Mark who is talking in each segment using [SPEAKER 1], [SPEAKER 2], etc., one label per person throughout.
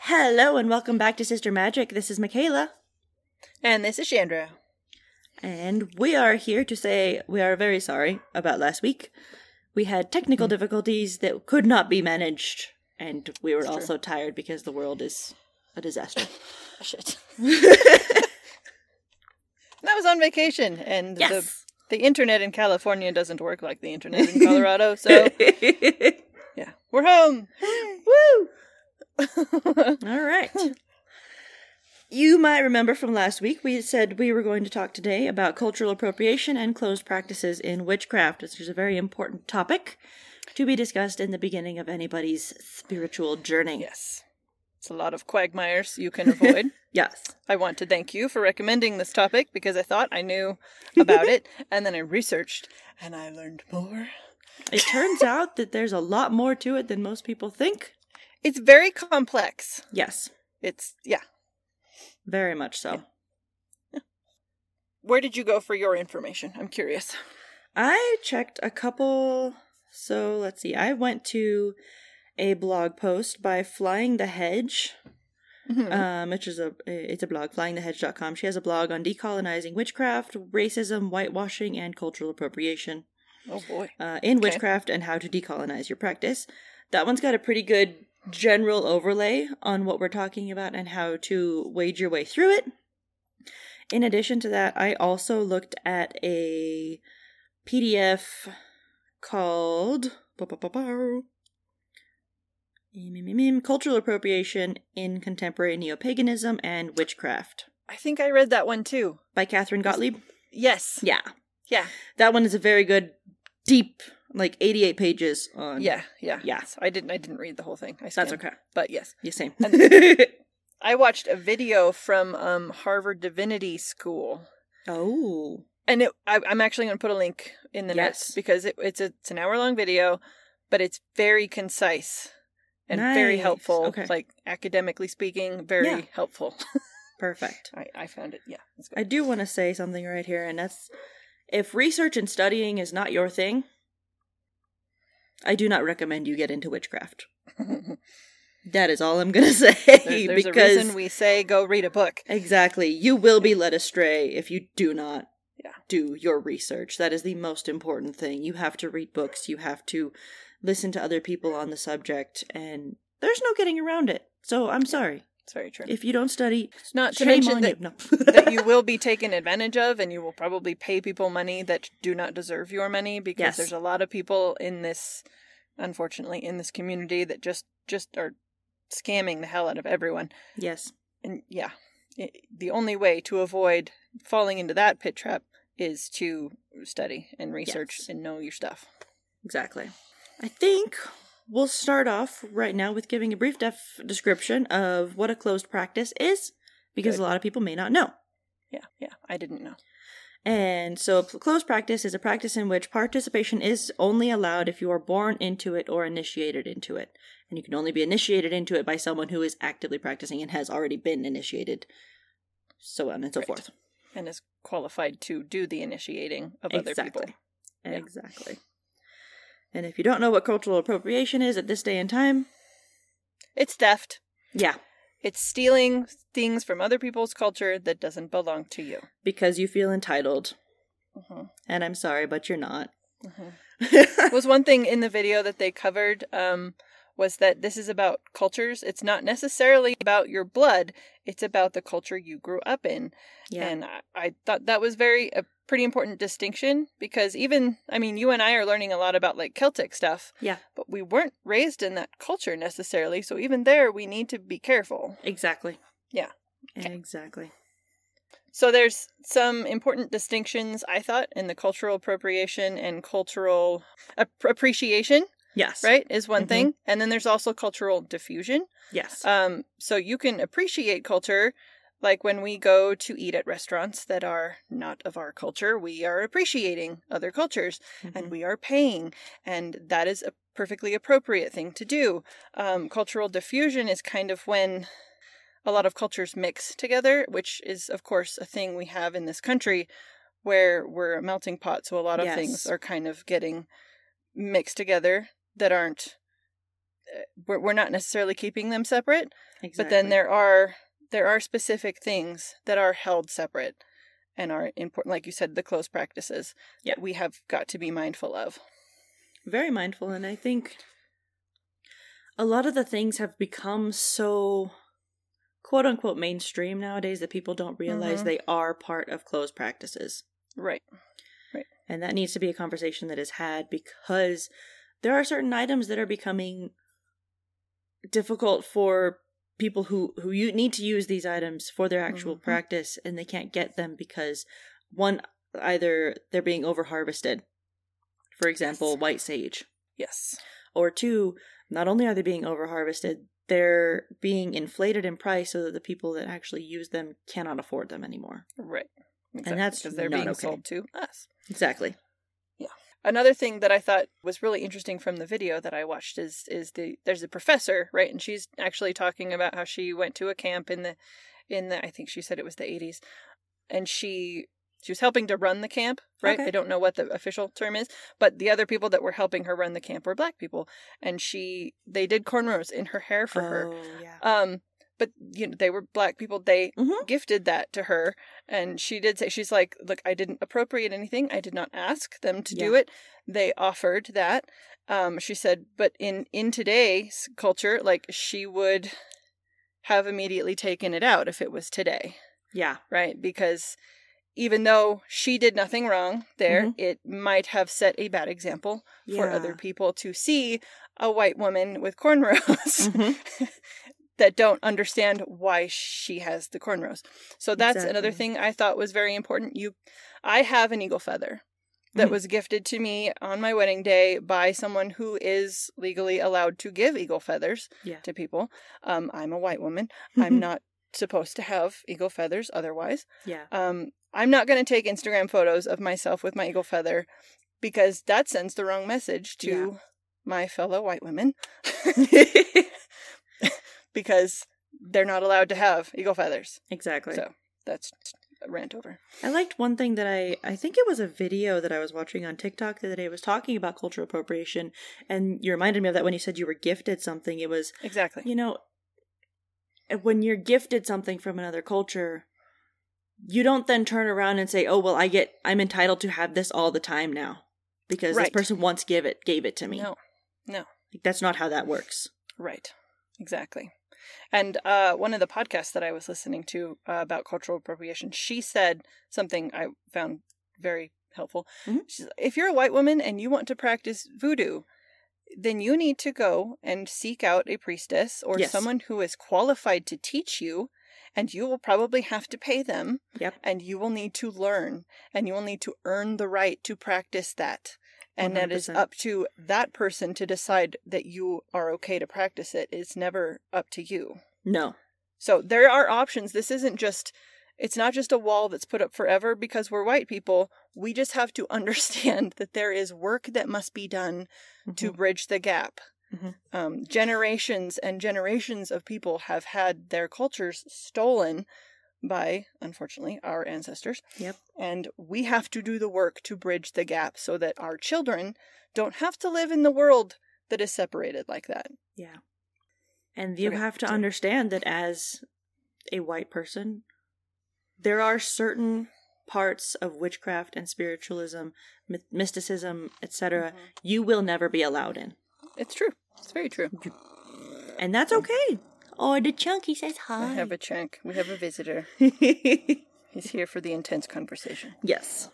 [SPEAKER 1] Hello and welcome back to Sister Magic. This is Michaela,
[SPEAKER 2] And this is Chandra.
[SPEAKER 1] and we are here to say we are very sorry about last week. We had technical difficulties that could not be managed, and we were also tired because the world is a disaster.
[SPEAKER 2] Shit. and I was on vacation, and
[SPEAKER 1] Yes.
[SPEAKER 2] the the internet in California doesn't work like the internet in Colorado. So
[SPEAKER 1] Woo!
[SPEAKER 2] yeah, we're home.
[SPEAKER 1] All right. You might remember from last week we said we were going to talk today about cultural appropriation and closed practices in witchcraft, which is a very important topic to be discussed in the beginning of anybody's spiritual journey.
[SPEAKER 2] yes, it's a lot of quagmires you can avoid.
[SPEAKER 1] Yes.
[SPEAKER 2] I want to thank you for recommending this topic because I thought I knew about it, and then I researched and I learned more.
[SPEAKER 1] It turns out that there's a lot more to it than most people think.
[SPEAKER 2] It's very complex.
[SPEAKER 1] Yes,
[SPEAKER 2] It's yeah.
[SPEAKER 1] very much so.
[SPEAKER 2] Where did you go for your information? I'm curious.
[SPEAKER 1] I checked a couple. So let's see. I went to a blog post by Flying the Hedge,
[SPEAKER 2] Mhm.
[SPEAKER 1] um, which is a it's a blog, flyingthehedge.com. She has a blog on decolonizing witchcraft, racism, whitewashing, and cultural appropriation
[SPEAKER 2] oh boy.
[SPEAKER 1] uh, in
[SPEAKER 2] Okay.
[SPEAKER 1] witchcraft and how to decolonize your practice. That one's got a pretty good general overlay on what we're talking about and how to wade your way through it. In addition to that, I also looked at a PDF called Cultural Appropriation in Contemporary Neopaganism and Witchcraft
[SPEAKER 2] I think I read that one too.
[SPEAKER 1] by Catherine Gottlieb.
[SPEAKER 2] Yes.
[SPEAKER 1] Yeah.
[SPEAKER 2] Yeah.
[SPEAKER 1] That one is a very good, deep, like 88 pages on.
[SPEAKER 2] Yeah, yeah,
[SPEAKER 1] Yeah.
[SPEAKER 2] So I didn't. I didn't read the whole thing. I
[SPEAKER 1] That's
[SPEAKER 2] skimmed,
[SPEAKER 1] okay.
[SPEAKER 2] But yes,
[SPEAKER 1] You same.
[SPEAKER 2] I watched a video from um, Harvard Divinity School,
[SPEAKER 1] oh.
[SPEAKER 2] and it, I, I'm actually going to put a link in the notes
[SPEAKER 1] Yes.
[SPEAKER 2] because it, it's a, it's an hour long video, but it's very concise and very
[SPEAKER 1] Nice.
[SPEAKER 2] helpful.
[SPEAKER 1] Okay.
[SPEAKER 2] Like academically speaking, very
[SPEAKER 1] Yeah.
[SPEAKER 2] helpful.
[SPEAKER 1] Perfect.
[SPEAKER 2] I, I found it. Yeah, it's good.
[SPEAKER 1] I do want to say something right here, and that's if research and studying is not your thing, I do not recommend you get into witchcraft. That is all I'm going to say.
[SPEAKER 2] There- there's
[SPEAKER 1] because
[SPEAKER 2] a reason we say go read a book.
[SPEAKER 1] Exactly. You will be led astray if you do not
[SPEAKER 2] Yeah.
[SPEAKER 1] do your research. That is the most important thing. You have to read books, you have to listen to other people on the subject, and there's no getting around it. So I'm sorry.
[SPEAKER 2] It's very true.
[SPEAKER 1] If you don't study,
[SPEAKER 2] Not to
[SPEAKER 1] shame
[SPEAKER 2] mention
[SPEAKER 1] on
[SPEAKER 2] that
[SPEAKER 1] you.
[SPEAKER 2] that you will be taken advantage of and you will probably pay people money that do not deserve your money because
[SPEAKER 1] Yes.
[SPEAKER 2] there's a lot of people in this unfortunately in this community that just just are scamming the hell out of everyone
[SPEAKER 1] yes.
[SPEAKER 2] and yeah i the only way to avoid falling into that pit trap is to study and research
[SPEAKER 1] Yes.
[SPEAKER 2] and know your stuff
[SPEAKER 1] Exactly. I think we'll start off right now with giving a brief def- description of what a closed practice is because
[SPEAKER 2] Good.
[SPEAKER 1] a lot of people may not know.
[SPEAKER 2] yeah yeah i didn't know
[SPEAKER 1] And so, p- closed practice is a practice in which participation is only allowed if you are born into it or initiated into it. And you can only be initiated into it by someone who is actively practicing and has already been initiated, so on and so
[SPEAKER 2] Right.
[SPEAKER 1] forth.
[SPEAKER 2] and is qualified to do the initiating of other people
[SPEAKER 1] Exactly.
[SPEAKER 2] Yeah.
[SPEAKER 1] Exactly. And if you don't know what cultural appropriation is at this day and time,
[SPEAKER 2] it's theft
[SPEAKER 1] yeah,
[SPEAKER 2] it's stealing things from other people's culture that doesn't belong to you
[SPEAKER 1] because you feel entitled.
[SPEAKER 2] hmm
[SPEAKER 1] And I'm sorry, but you're not. Uh-huh.
[SPEAKER 2] was one thing in the video that they covered um, was that this is about cultures. It's not necessarily about your blood. It's about the culture you grew up in.
[SPEAKER 1] Yeah.
[SPEAKER 2] And I, I thought that was very a pretty important distinction because even I mean you and I are learning a lot about like Celtic stuff.
[SPEAKER 1] Yeah.
[SPEAKER 2] But we weren't raised in that culture necessarily, so even there we need to be careful.
[SPEAKER 1] exactly.
[SPEAKER 2] Yeah.
[SPEAKER 1] Exactly.
[SPEAKER 2] So there's some important distinctions I thought in the cultural appropriation and cultural ap- appreciation.
[SPEAKER 1] Yes.
[SPEAKER 2] right is one
[SPEAKER 1] Mhm.
[SPEAKER 2] thing and then there's also cultural diffusion
[SPEAKER 1] Yes.
[SPEAKER 2] um so you can appreciate culture like when we go to eat at restaurants that are not of our culture we are appreciating other cultures and
[SPEAKER 1] Mhm.
[SPEAKER 2] we are paying and that is a perfectly appropriate thing to do um, cultural diffusion is kind of when a lot of cultures mix together which is of course a thing we have in this country where we're a melting pot so a lot of
[SPEAKER 1] Yes.
[SPEAKER 2] things are kind of getting mixed together that aren't eh, we're, we're not necessarily keeping them separate,
[SPEAKER 1] Exactly.
[SPEAKER 2] but then there are there are specific things that are held separate and are important like you said the close practices
[SPEAKER 1] Yeah.
[SPEAKER 2] that we have got to be mindful of
[SPEAKER 1] very mindful and i think a lot of the things have become so quote unquote mainstream nowadays that people don't realize
[SPEAKER 2] Mhm.
[SPEAKER 1] they are part of closed practices
[SPEAKER 2] right
[SPEAKER 1] and that needs to be a conversation that is had because there are certain items that are becoming difficult for people who who you need to use these items for their actual
[SPEAKER 2] Mhm.
[SPEAKER 1] practice and they can't get them because one either they're being over harvested for example
[SPEAKER 2] Yes.
[SPEAKER 1] white sage
[SPEAKER 2] yes
[SPEAKER 1] or two, not only are they being over harvested, they're being inflated in price so that the people that actually use them cannot afford them anymore.
[SPEAKER 2] right
[SPEAKER 1] that's
[SPEAKER 2] because they're
[SPEAKER 1] not
[SPEAKER 2] being
[SPEAKER 1] okay.
[SPEAKER 2] sold to us
[SPEAKER 1] Exactly.
[SPEAKER 2] another thing that i thought was really interesting from the video that i watched is is the there's a professor right and she's actually talking about how she went to a camp in the in the i think she said it was the 80s and she she was helping to run the camp right
[SPEAKER 1] Okay.
[SPEAKER 2] i don't know what the official term is but the other people that were helping her run the camp were black people and she they did cornrows in her hair for her
[SPEAKER 1] yeah.
[SPEAKER 2] um but you know they were black people they
[SPEAKER 1] Mhm.
[SPEAKER 2] gifted that to her and she did say she's like look i didn't appropriate anything i did not ask them to do
[SPEAKER 1] Yeah.
[SPEAKER 2] it they offered that um she said but in in today's culture like she would have immediately taken it out if it was today
[SPEAKER 1] Yeah.
[SPEAKER 2] right because even though she did nothing wrong there
[SPEAKER 1] Mhm.
[SPEAKER 2] it might have set a bad example for other people to see a white woman with cornrows
[SPEAKER 1] Mhm.
[SPEAKER 2] that don't understand why she has the cornrows. So that's another
[SPEAKER 1] Exactly.
[SPEAKER 2] thing I thought was very important. You I have an eagle feather that
[SPEAKER 1] Mhm.
[SPEAKER 2] was gifted to me on my wedding day by someone who is legally allowed to give eagle feathers
[SPEAKER 1] Yeah.
[SPEAKER 2] to people. Um, I'm a white woman.
[SPEAKER 1] Mm-hmm.
[SPEAKER 2] I'm not supposed to have eagle feathers otherwise.
[SPEAKER 1] Yeah.
[SPEAKER 2] Um, I'm not going to take Instagram photos of myself with my eagle feather because that sends the wrong message to
[SPEAKER 1] Yeah.
[SPEAKER 2] my fellow white women because they're not allowed to have eagle feathers.
[SPEAKER 1] Exactly.
[SPEAKER 2] So that's a rant over.
[SPEAKER 1] I liked one thing that I I think it was a video that I was watching on TikTok the other day it was talking about cultural appropriation and you reminded me of that when you said you were gifted something it was
[SPEAKER 2] Exactly.
[SPEAKER 1] you know eh, when you're gifted something from another culture you don't then turn around and say oh well i get i'm entitled to have this all the time now because this
[SPEAKER 2] Right.
[SPEAKER 1] person once gave it gave it to me
[SPEAKER 2] No.
[SPEAKER 1] like, that's not how that works
[SPEAKER 2] Right. Exactly. And uh, one of the podcasts that I was listening to uh, about cultural appropriation, she said something I found very helpful.
[SPEAKER 1] Mhm.
[SPEAKER 2] She's, if you're a white woman and you want to practice voodoo, then you need to go and seek out a priestess or
[SPEAKER 1] Yes.
[SPEAKER 2] someone who is qualified to teach you, and you will probably have to pay them.
[SPEAKER 1] Yep.
[SPEAKER 2] And you will need to learn, and you will need to earn the right to practice that and that is
[SPEAKER 1] 100%.
[SPEAKER 2] up to that person to decide that you are okay to practice it it's never up to you
[SPEAKER 1] no
[SPEAKER 2] so there are options this isn't just it's not just a wall that's put up forever because we're white people we just have to understand that there is work that must be done to bridge the gap
[SPEAKER 1] Mhm.
[SPEAKER 2] um, generations and generations of people have had their cultures stolen by unfortunately our ancestors
[SPEAKER 1] Yep.
[SPEAKER 2] and we have to do the work to bridge the gap so that our children don't have to live in the world that is separated like that
[SPEAKER 1] Mm-hmm. yeah and you
[SPEAKER 2] Okay,
[SPEAKER 1] have to
[SPEAKER 2] sorry.
[SPEAKER 1] understand that as a white person there are certain parts of witchcraft and spiritualism myth- mysticism etc
[SPEAKER 2] Mm-hmm.
[SPEAKER 1] you will never be allowed in
[SPEAKER 2] it's true it's very true
[SPEAKER 1] And that's okay. Or Oh. the chunky says hi.
[SPEAKER 2] i have a chunk we have a visitor he's here for the intense conversation
[SPEAKER 1] yes.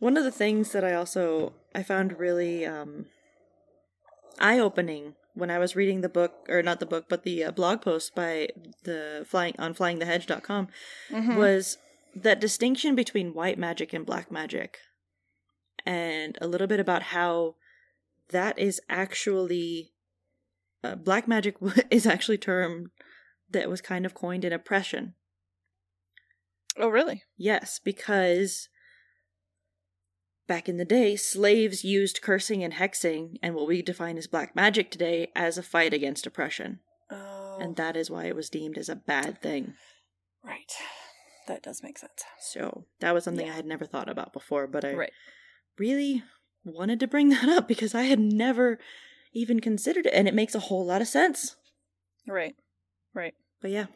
[SPEAKER 1] One of the things that I also I found really um, eye opening when I was reading the book or not the book but the uh, blog post by the flying on flyingthehedge.com
[SPEAKER 2] Mhm.
[SPEAKER 1] was that distinction between white magic and black magic and a little bit about how that is actually uh, black magic is actually a term that was kind of coined in oppression
[SPEAKER 2] oh really
[SPEAKER 1] yes because back in the day slaves used cursing and hexing and what we define as black magic today as a fight against oppression
[SPEAKER 2] oh
[SPEAKER 1] and that is why it was deemed as a bad thing
[SPEAKER 2] right that does make sense
[SPEAKER 1] So that was something
[SPEAKER 2] Yeah.
[SPEAKER 1] I had never thought about before, but I
[SPEAKER 2] right
[SPEAKER 1] really wanted to bring that up because I had never even considered it, and it makes a whole lot of sense.
[SPEAKER 2] Right. Right.
[SPEAKER 1] But yeah.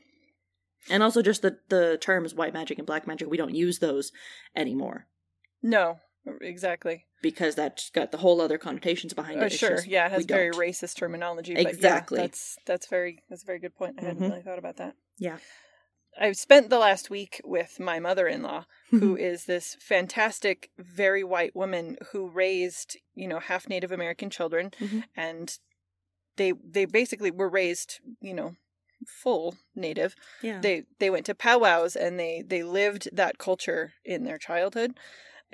[SPEAKER 1] And also just the the terms white magic and black magic, we don't use those anymore
[SPEAKER 2] No, exactly.
[SPEAKER 1] because that's got the whole other connotations behind it.
[SPEAKER 2] Uh,
[SPEAKER 1] It's
[SPEAKER 2] sure.
[SPEAKER 1] just
[SPEAKER 2] Yeah, it
[SPEAKER 1] we
[SPEAKER 2] has very
[SPEAKER 1] don't.
[SPEAKER 2] racist terminology. But
[SPEAKER 1] Exactly.
[SPEAKER 2] Yeah, that's that's very that's a very good point. I hadn't
[SPEAKER 1] Mhm.
[SPEAKER 2] really thought about that.
[SPEAKER 1] Yeah.
[SPEAKER 2] I've spent the last week with my mother-in-law, who
[SPEAKER 1] Mm-hmm.
[SPEAKER 2] is this fantastic, very white woman who raised, you know, half Native American children,
[SPEAKER 1] Mhm.
[SPEAKER 2] and they they basically were raised, you know, full Native.
[SPEAKER 1] yeah.
[SPEAKER 2] They they went to powwows and they they lived that culture in their childhood.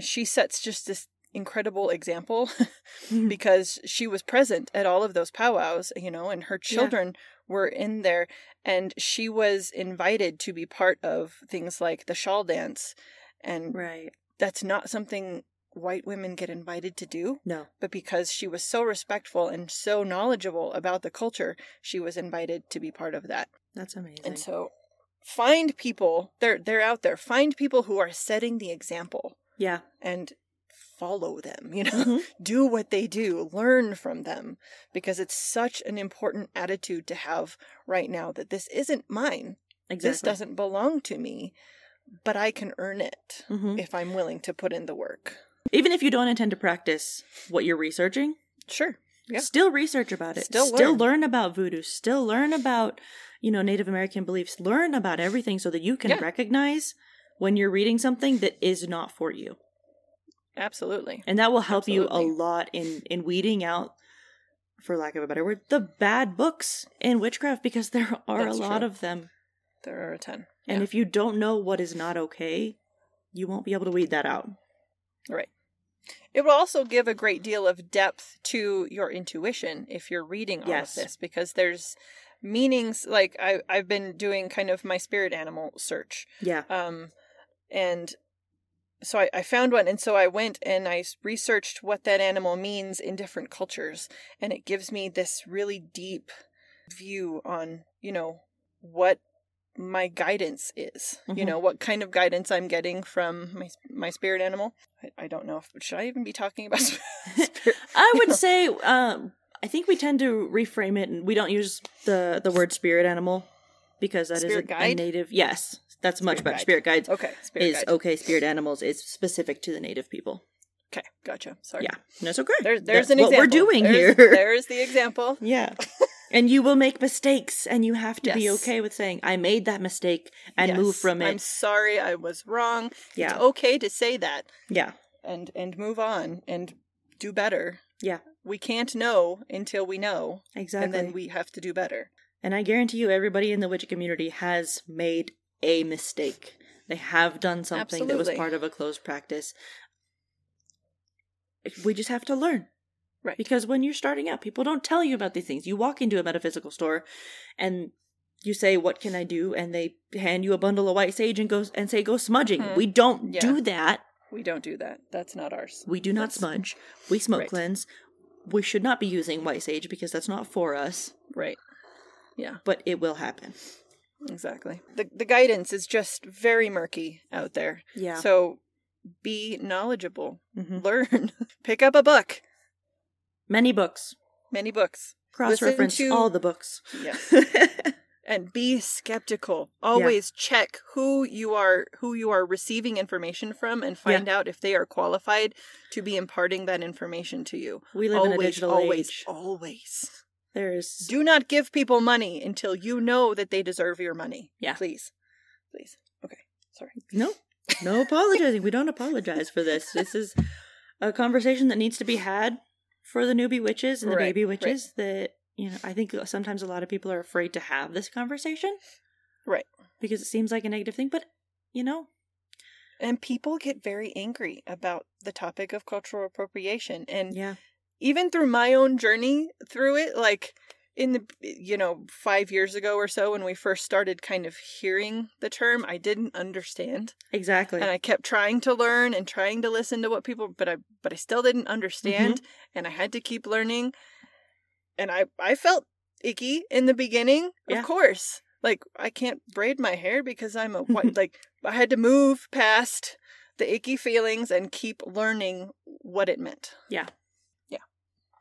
[SPEAKER 2] She sets just this incredible example because she was present at all of those powwows, you know, and her
[SPEAKER 1] Yeah.
[SPEAKER 2] children were in there, and she was invited to be part of things like the shawl dance, and
[SPEAKER 1] right.
[SPEAKER 2] that's not something white women get invited to do.
[SPEAKER 1] No.
[SPEAKER 2] But because she was so respectful and so knowledgeable about the culture, she was invited to be part of that.
[SPEAKER 1] That's amazing.
[SPEAKER 2] And so, find people they're they're out there. Find people who are setting the example
[SPEAKER 1] yeah.
[SPEAKER 2] and follow them. You know
[SPEAKER 1] Mhm.
[SPEAKER 2] do what they do, learn from them, because it's such an important attitude to have right now that this isn't mine.
[SPEAKER 1] Exactly.
[SPEAKER 2] This doesn't belong to me, but I can earn it
[SPEAKER 1] Mhm.
[SPEAKER 2] if I'm willing to put in the work.
[SPEAKER 1] Even if you don't intend to practice what you're researching,
[SPEAKER 2] Sure. Yeah.
[SPEAKER 1] still research about it.
[SPEAKER 2] Still
[SPEAKER 1] still
[SPEAKER 2] learn.
[SPEAKER 1] learn about voodoo. Still learn about, you know, Native American beliefs. Learn about everything so that you can
[SPEAKER 2] Yeah.
[SPEAKER 1] recognize when you're reading something that is not for you.
[SPEAKER 2] Absolutely.
[SPEAKER 1] And that will help you
[SPEAKER 2] Absolutely.
[SPEAKER 1] a lot in in weeding out for lack of a better word, the bad books in witchcraft because there are
[SPEAKER 2] That's
[SPEAKER 1] a lot
[SPEAKER 2] true.
[SPEAKER 1] of them.
[SPEAKER 2] There are a ton.
[SPEAKER 1] And
[SPEAKER 2] Yeah.
[SPEAKER 1] if you don't know what is not okay, you won't be able to weed that out.
[SPEAKER 2] It will also give a great deal of depth to your intuition if you're reading all
[SPEAKER 1] Yes.
[SPEAKER 2] of this because there's meanings like I, I've been doing kind of my spirit animal search
[SPEAKER 1] Yeah.
[SPEAKER 2] um and so I, I found one and so i went and i s- researched what that animal means in different cultures and it gives me this really deep view on you know what my guidance is you
[SPEAKER 1] Mhm.
[SPEAKER 2] know what kind of guidance i'm getting from my my spirit animal i, I don't know if should i even be talking about spirit
[SPEAKER 1] I
[SPEAKER 2] you
[SPEAKER 1] would
[SPEAKER 2] know.
[SPEAKER 1] say um, I think we tend to reframe it, and we don't use the the word spirit animal because that is
[SPEAKER 2] Spirit
[SPEAKER 1] a, a
[SPEAKER 2] guide?
[SPEAKER 1] native. Yes, that's much
[SPEAKER 2] Spirit
[SPEAKER 1] better.
[SPEAKER 2] guide.
[SPEAKER 1] Spirit guides
[SPEAKER 2] okay spirit
[SPEAKER 1] is
[SPEAKER 2] guide.
[SPEAKER 1] okay. Spirit animals is specific to the native people.
[SPEAKER 2] okay gotcha sorry
[SPEAKER 1] Yeah, and that's okay.
[SPEAKER 2] there's there's
[SPEAKER 1] That's
[SPEAKER 2] an
[SPEAKER 1] what
[SPEAKER 2] example
[SPEAKER 1] we're doing
[SPEAKER 2] There's-
[SPEAKER 1] here.
[SPEAKER 2] there's the example
[SPEAKER 1] Yeah. And you will make mistakes, and you have to be
[SPEAKER 2] Yes.
[SPEAKER 1] okay with saying, "I made that mistake," and move
[SPEAKER 2] Yes,
[SPEAKER 1] from it.
[SPEAKER 2] I'm sorry, I was wrong.
[SPEAKER 1] yeah,
[SPEAKER 2] It's okay to say that
[SPEAKER 1] yeah,
[SPEAKER 2] and and move on and do better.
[SPEAKER 1] Yeah.
[SPEAKER 2] We can't know until we know,
[SPEAKER 1] exactly.
[SPEAKER 2] and then we have to do better.
[SPEAKER 1] And I guarantee you, everybody in the Wicca community has made a mistake. They have done something that
[SPEAKER 2] Absolutely.
[SPEAKER 1] was part of a closed practice. We just have to learn.
[SPEAKER 2] Right.
[SPEAKER 1] Because when you're starting out, people don't tell you about these things. You walk into a metaphysical store and you say, What can I do? And they hand you a bundle of white sage and goes and say, Go smudging.
[SPEAKER 2] Mhm.
[SPEAKER 1] We don't
[SPEAKER 2] Yeah.
[SPEAKER 1] do that.
[SPEAKER 2] We don't do that. That's not ours.
[SPEAKER 1] We do not
[SPEAKER 2] That's-
[SPEAKER 1] smudge. We smoke
[SPEAKER 2] Right.
[SPEAKER 1] cleanse. We should not be using white sage because that's not for us,
[SPEAKER 2] Right.
[SPEAKER 1] but it will happen.
[SPEAKER 2] Exactly. The the guidance is just very murky out there.
[SPEAKER 1] Yeah.
[SPEAKER 2] So be knowledgeable.
[SPEAKER 1] Mhm.
[SPEAKER 2] Learn. Pick up a book.
[SPEAKER 1] Many books.
[SPEAKER 2] Many books.
[SPEAKER 1] cross reference
[SPEAKER 2] to-
[SPEAKER 1] all the books.
[SPEAKER 2] Yes. and be skeptical always check who you are who you are receiving information from and find out if they are qualified to be imparting that information to you
[SPEAKER 1] we live in a
[SPEAKER 2] always
[SPEAKER 1] digital
[SPEAKER 2] always
[SPEAKER 1] age.
[SPEAKER 2] always
[SPEAKER 1] There's
[SPEAKER 2] do not give people money until you know that they deserve your money
[SPEAKER 1] Yeah. Mm.
[SPEAKER 2] please please okay sorry
[SPEAKER 1] no no apologizing. We don't apologize for this. This is a conversation that needs to be had for the newbie witches and the
[SPEAKER 2] Right,
[SPEAKER 1] baby
[SPEAKER 2] right.
[SPEAKER 1] witches that you know, I think sometimes a lot of people are afraid to have this conversation.
[SPEAKER 2] Right.
[SPEAKER 1] Because it seems like a negative thing, but you know,
[SPEAKER 2] and people get very angry about the topic of cultural appropriation and
[SPEAKER 1] yeah.
[SPEAKER 2] even through my own journey through it like in the you know 5 years ago or so when we first started kind of hearing the term I didn't understand
[SPEAKER 1] Exactly.
[SPEAKER 2] and I kept trying to learn and trying to listen to what people but I but I still didn't understand and I had to keep learning and I I felt icky in the beginning
[SPEAKER 1] Yeah.
[SPEAKER 2] of course like I can't braid my hair because I'm a white like I had to move past the icky feelings and keep learning what it meant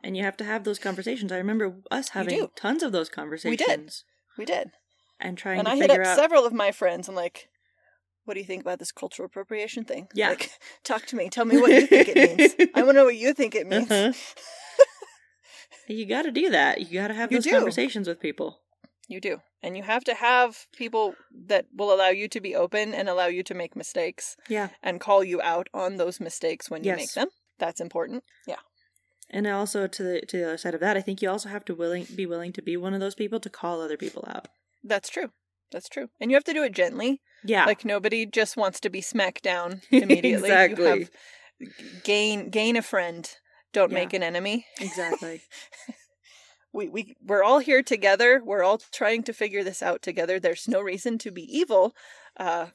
[SPEAKER 1] and you have to have those conversations. I remember us having
[SPEAKER 2] do.
[SPEAKER 1] tons of those conversations
[SPEAKER 2] We did.
[SPEAKER 1] and trying
[SPEAKER 2] and
[SPEAKER 1] to
[SPEAKER 2] I hit
[SPEAKER 1] figure
[SPEAKER 2] up
[SPEAKER 1] out
[SPEAKER 2] several of my friends. I'm like, what do you think about this cultural appropriation thing?
[SPEAKER 1] Yeah.
[SPEAKER 2] Like, talk to me. Tell me what you think it means. I want to know what you think it means.
[SPEAKER 1] Uh-huh. you got to do that. You got to have
[SPEAKER 2] You
[SPEAKER 1] those
[SPEAKER 2] do.
[SPEAKER 1] conversations with people.
[SPEAKER 2] You do. And you have to have people that will allow you to be open and allow you to make mistakes
[SPEAKER 1] Yeah.
[SPEAKER 2] and call you out on those mistakes when you
[SPEAKER 1] Yes.
[SPEAKER 2] make them. That's important. Yeah.
[SPEAKER 1] And also to the to the other side of that, I think you also have to willing be willing to be one of those people to call other people out.
[SPEAKER 2] That's true. That's true. And you have to do it gently.
[SPEAKER 1] Yeah.
[SPEAKER 2] Like nobody just wants to be smacked down immediately.
[SPEAKER 1] Exactly.
[SPEAKER 2] You have gain gain a friend. Don't
[SPEAKER 1] Yeah.
[SPEAKER 2] make an enemy.
[SPEAKER 1] exactly.
[SPEAKER 2] we, we we're all here together we're all trying to figure this out together there's no reason to be evil uh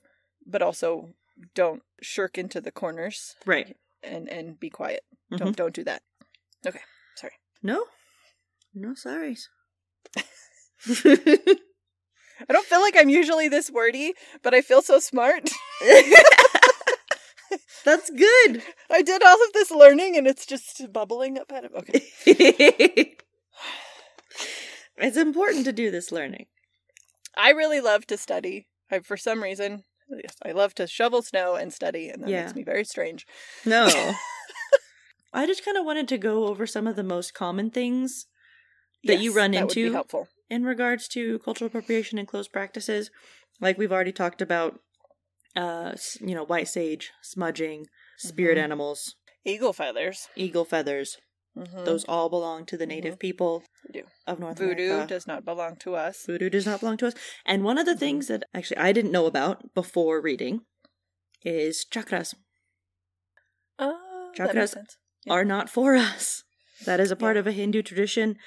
[SPEAKER 2] but also don't shirk into the corners
[SPEAKER 1] Right.
[SPEAKER 2] and and be quiet
[SPEAKER 1] Mhm.
[SPEAKER 2] don't don't do that
[SPEAKER 1] No. No sorries.
[SPEAKER 2] i don't feel like i'm usually this wordy but i feel so smart
[SPEAKER 1] That's good.
[SPEAKER 2] i did all of this learning and it's just bubbling up out of okay
[SPEAKER 1] it's important to do this learning.
[SPEAKER 2] i really love to study i for some reason yes, i love to shovel snow and study and that
[SPEAKER 1] Yeah.
[SPEAKER 2] makes me very strange
[SPEAKER 1] No. I just kind of wanted to go over some of the most common things That you run
[SPEAKER 2] that would be
[SPEAKER 1] into?
[SPEAKER 2] helpful
[SPEAKER 1] in regards to cultural appropriation and closed practices. Like we've already talked about, uh, s- you know, white sage, smudging, spirit
[SPEAKER 2] Mhm.
[SPEAKER 1] animals,
[SPEAKER 2] eagle feathers
[SPEAKER 1] eagle feathers.
[SPEAKER 2] Mhm.
[SPEAKER 1] Those all belong to the native people
[SPEAKER 2] Mm-hmm. They do.
[SPEAKER 1] of North
[SPEAKER 2] voodoo
[SPEAKER 1] America.
[SPEAKER 2] does Mm-hmm. not belong to us
[SPEAKER 1] voodoo does not belong to us. And one of the things that actually I didn't know about before reading is chakras
[SPEAKER 2] Oh,
[SPEAKER 1] Chakras
[SPEAKER 2] that makes sense. Yeah.
[SPEAKER 1] are not for us. That is a part
[SPEAKER 2] Yeah.
[SPEAKER 1] of a Hindu tradition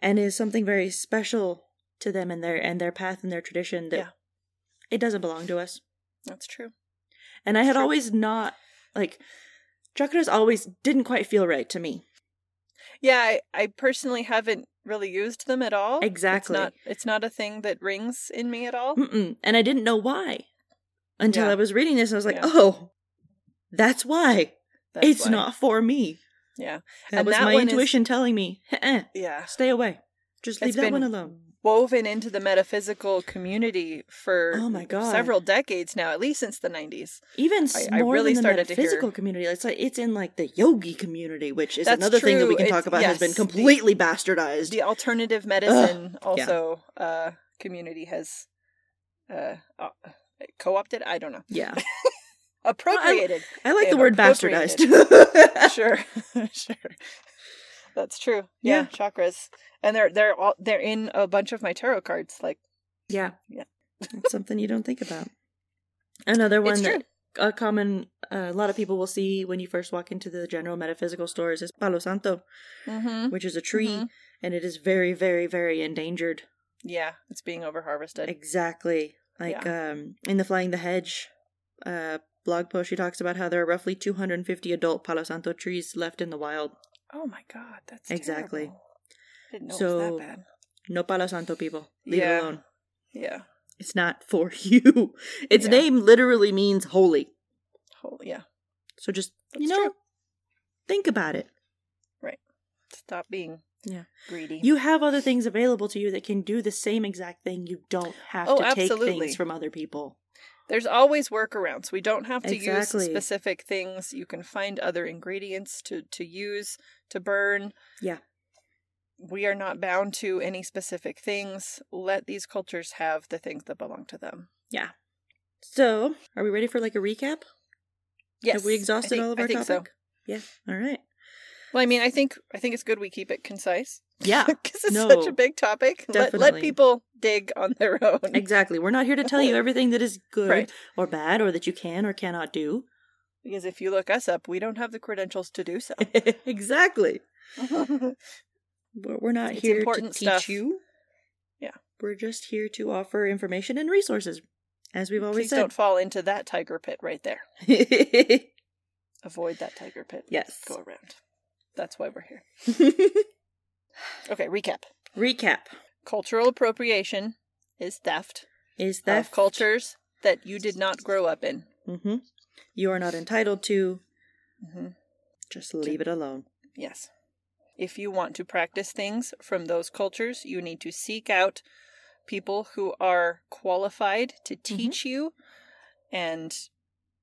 [SPEAKER 1] and is something very special to them and their and their path and their tradition that
[SPEAKER 2] Yeah.
[SPEAKER 1] it doesn't belong to us.
[SPEAKER 2] That's true.
[SPEAKER 1] And I had
[SPEAKER 2] Sure.
[SPEAKER 1] always not like chakras always didn't quite feel right to me.
[SPEAKER 2] Yeah, I, I personally haven't really used them at all.
[SPEAKER 1] Exactly.
[SPEAKER 2] Oh,
[SPEAKER 1] Mm,
[SPEAKER 2] It's not, it's not a thing that rings in me at all.
[SPEAKER 1] Mm-mm. And I didn't know why until
[SPEAKER 2] Yeah.
[SPEAKER 1] I was reading this and I was like,
[SPEAKER 2] Yeah.
[SPEAKER 1] "Oh, that's why.
[SPEAKER 2] That's
[SPEAKER 1] it's
[SPEAKER 2] why.
[SPEAKER 1] not for me."
[SPEAKER 2] Yeah.
[SPEAKER 1] That
[SPEAKER 2] And
[SPEAKER 1] was
[SPEAKER 2] that
[SPEAKER 1] my
[SPEAKER 2] one is-
[SPEAKER 1] intuition telling me, "Uh-uh,
[SPEAKER 2] Yeah.
[SPEAKER 1] "Stay away. Just leave
[SPEAKER 2] It's
[SPEAKER 1] that
[SPEAKER 2] been
[SPEAKER 1] one alone."
[SPEAKER 2] Woven into the metaphysical community for
[SPEAKER 1] Oh my God.
[SPEAKER 2] several decades now, at least since the 90s.
[SPEAKER 1] Even
[SPEAKER 2] I-
[SPEAKER 1] s-
[SPEAKER 2] I
[SPEAKER 1] more
[SPEAKER 2] really
[SPEAKER 1] than the
[SPEAKER 2] started to hear-
[SPEAKER 1] metaphysical community, it's like it's in like the yogi community, which is
[SPEAKER 2] That's
[SPEAKER 1] another thing that we
[SPEAKER 2] true.
[SPEAKER 1] can
[SPEAKER 2] It's-
[SPEAKER 1] talk about has been
[SPEAKER 2] yes, the-
[SPEAKER 1] completely bastardized.
[SPEAKER 2] The alternative medicine also uh, community has uh, uh, co opted. I don't know.
[SPEAKER 1] Yeah,
[SPEAKER 2] Appropriated.
[SPEAKER 1] I like
[SPEAKER 2] They
[SPEAKER 1] the
[SPEAKER 2] have
[SPEAKER 1] word
[SPEAKER 2] appropriated.
[SPEAKER 1] bastardized.
[SPEAKER 2] sure, sure. That's true.
[SPEAKER 1] Yeah.
[SPEAKER 2] Yeah, chakras, and they're they're all they're in a bunch of my tarot cards. Like
[SPEAKER 1] Yeah.
[SPEAKER 2] Yeah.
[SPEAKER 1] That's something you don't think about. Another one
[SPEAKER 2] it's true.
[SPEAKER 1] that a common a lot of people will see when you first walk into the general metaphysical stores is Palo Santo,
[SPEAKER 2] Mm-hmm.
[SPEAKER 1] which is a tree
[SPEAKER 2] Mhm.
[SPEAKER 1] and it is very very very endangered.
[SPEAKER 2] Yeah, it's being over harvested.
[SPEAKER 1] Exactly. Like um in the Flying the Hedge uh blog post she talks about how there are roughly 250 adult Palo Santo trees left in the wild.
[SPEAKER 2] Oh my god, that's
[SPEAKER 1] Exactly.
[SPEAKER 2] terrible. Didn't know it
[SPEAKER 1] So-
[SPEAKER 2] was that bad.
[SPEAKER 1] No Palo Santo people. Leave
[SPEAKER 2] Yeah.
[SPEAKER 1] it alone.
[SPEAKER 2] Yeah.
[SPEAKER 1] It's not for you. Its
[SPEAKER 2] Yeah.
[SPEAKER 1] name literally means holy.
[SPEAKER 2] Whole, yeah.
[SPEAKER 1] So just you
[SPEAKER 2] That's
[SPEAKER 1] know,
[SPEAKER 2] true.
[SPEAKER 1] think about it.
[SPEAKER 2] Stop being
[SPEAKER 1] Yeah.
[SPEAKER 2] greedy.
[SPEAKER 1] You have other things available to you that can do the same exact thing. You don't have
[SPEAKER 2] Oh,
[SPEAKER 1] to take
[SPEAKER 2] absolutely.
[SPEAKER 1] things from other people.
[SPEAKER 2] There's always workarounds. We don't have to
[SPEAKER 1] Exactly.
[SPEAKER 2] use specific things. You can find other ingredients to to use to burn.
[SPEAKER 1] Yeah.
[SPEAKER 2] We are not bound to any specific things. Let these cultures have the things that belong to them.
[SPEAKER 1] So, are we ready for like a recap?
[SPEAKER 2] Yes.
[SPEAKER 1] Have we
[SPEAKER 2] I
[SPEAKER 1] exhausted
[SPEAKER 2] think-
[SPEAKER 1] all of
[SPEAKER 2] I
[SPEAKER 1] our
[SPEAKER 2] think
[SPEAKER 1] topic?
[SPEAKER 2] so.
[SPEAKER 1] Yeah. All right.
[SPEAKER 2] Well, I mean, I think I think it's good we keep it concise.
[SPEAKER 1] Yeah.
[SPEAKER 2] because it's
[SPEAKER 1] No.
[SPEAKER 2] such a big topic. Let, let
[SPEAKER 1] Definitely.
[SPEAKER 2] people dig on their own.
[SPEAKER 1] Exactly. We're not here to tell you everything that is good
[SPEAKER 2] Right.
[SPEAKER 1] or bad or that you can or cannot do.
[SPEAKER 2] Because if you look us up, we don't have the credentials to do so.
[SPEAKER 1] exactly. We're we're not
[SPEAKER 2] It's
[SPEAKER 1] here to
[SPEAKER 2] important
[SPEAKER 1] teach
[SPEAKER 2] stuff.
[SPEAKER 1] you.
[SPEAKER 2] Yeah.
[SPEAKER 1] We're just here to offer information and resources, as we've always
[SPEAKER 2] Please don't fall into that tiger pit right there.
[SPEAKER 1] said.
[SPEAKER 2] Avoid that tiger pit.
[SPEAKER 1] Yes.
[SPEAKER 2] Go around. That's why we're here. Okay, recap.
[SPEAKER 1] Recap
[SPEAKER 2] Cultural appropriation is theft,
[SPEAKER 1] is theft
[SPEAKER 2] of cultures that you did not grow up in.
[SPEAKER 1] hmm You are not entitled to.
[SPEAKER 2] hmm
[SPEAKER 1] Just leave it alone.
[SPEAKER 2] Yes. If you want to practice things from those cultures, you need to seek out people who are qualified to
[SPEAKER 1] Mm-hmm.
[SPEAKER 2] teach you and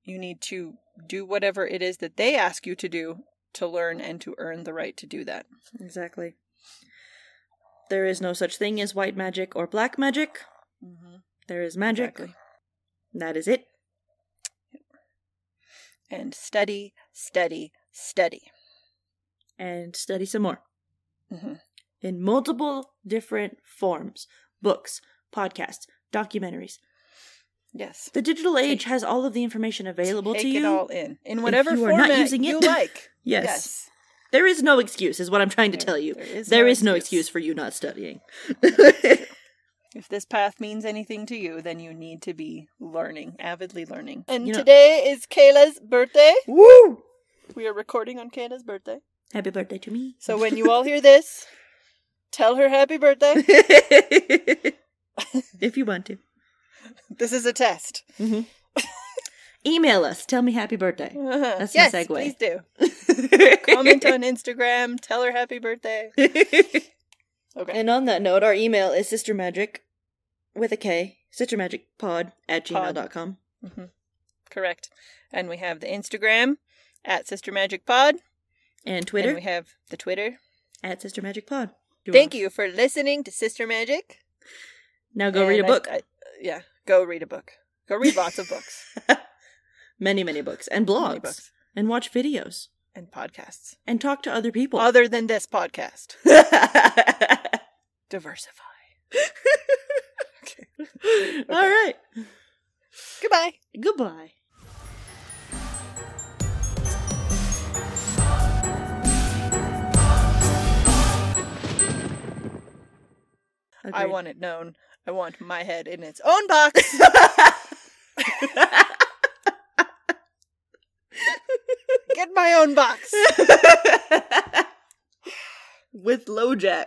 [SPEAKER 2] you need to do whatever it is that they ask you to do to learn and to earn the right to do that.
[SPEAKER 1] Exactly. There is no such thing as white magic or black magic.
[SPEAKER 2] Mm-hmm.
[SPEAKER 1] There is magic. That is it.
[SPEAKER 2] And study, study, study.
[SPEAKER 1] And study some more
[SPEAKER 2] hmm
[SPEAKER 1] in multiple different forms books, podcasts, documentaries.
[SPEAKER 2] Yes.
[SPEAKER 1] The digital age has all of the information available
[SPEAKER 2] Take
[SPEAKER 1] to
[SPEAKER 2] it
[SPEAKER 1] you.
[SPEAKER 2] all in in whatever
[SPEAKER 1] you are not
[SPEAKER 2] format
[SPEAKER 1] using it-
[SPEAKER 2] you like.
[SPEAKER 1] Yes. There is no excuse, is what I'm trying to tell you.
[SPEAKER 2] There is,
[SPEAKER 1] There
[SPEAKER 2] no,
[SPEAKER 1] is no excuse for you not studying.
[SPEAKER 2] If this path means anything to you, then you need to be learning, avidly learning. And
[SPEAKER 1] You know-
[SPEAKER 2] today is Kayla's birthday.
[SPEAKER 1] Woo!
[SPEAKER 2] We are recording on Kayla's birthday.
[SPEAKER 1] Happy birthday to me.
[SPEAKER 2] So when you all hear this, tell her happy birthday.
[SPEAKER 1] if you want to.
[SPEAKER 2] This is a test.
[SPEAKER 1] Email us. Tell me happy birthday. That's my
[SPEAKER 2] yes,
[SPEAKER 1] segue.
[SPEAKER 2] please do. Comment on Instagram. Tell her happy birthday. Okay.
[SPEAKER 1] and on that note, our email is sistermagic with a K, sistermagicpod at
[SPEAKER 2] Pod.
[SPEAKER 1] gmail.com.
[SPEAKER 2] Correct. And we have the Instagram at Sister Magic Pod.
[SPEAKER 1] And
[SPEAKER 2] And
[SPEAKER 1] Twitter
[SPEAKER 2] we have the Twitter.
[SPEAKER 1] at sistermagicpod.
[SPEAKER 2] Thank you for listening to Sister Magic.
[SPEAKER 1] Now go
[SPEAKER 2] And
[SPEAKER 1] read a
[SPEAKER 2] I-
[SPEAKER 1] book.
[SPEAKER 2] I- yeah, go read a book. Go read lots of books.
[SPEAKER 1] many, many books. And
[SPEAKER 2] Many
[SPEAKER 1] blogs.
[SPEAKER 2] books
[SPEAKER 1] And watch videos.
[SPEAKER 2] and podcasts.
[SPEAKER 1] And talk to other people.
[SPEAKER 2] Other than this podcast, diversify.
[SPEAKER 1] All right.
[SPEAKER 2] Goodbye.
[SPEAKER 1] Goodbye.
[SPEAKER 2] I want it known. I want my head in its own box. Get my own box.
[SPEAKER 1] with LoJack.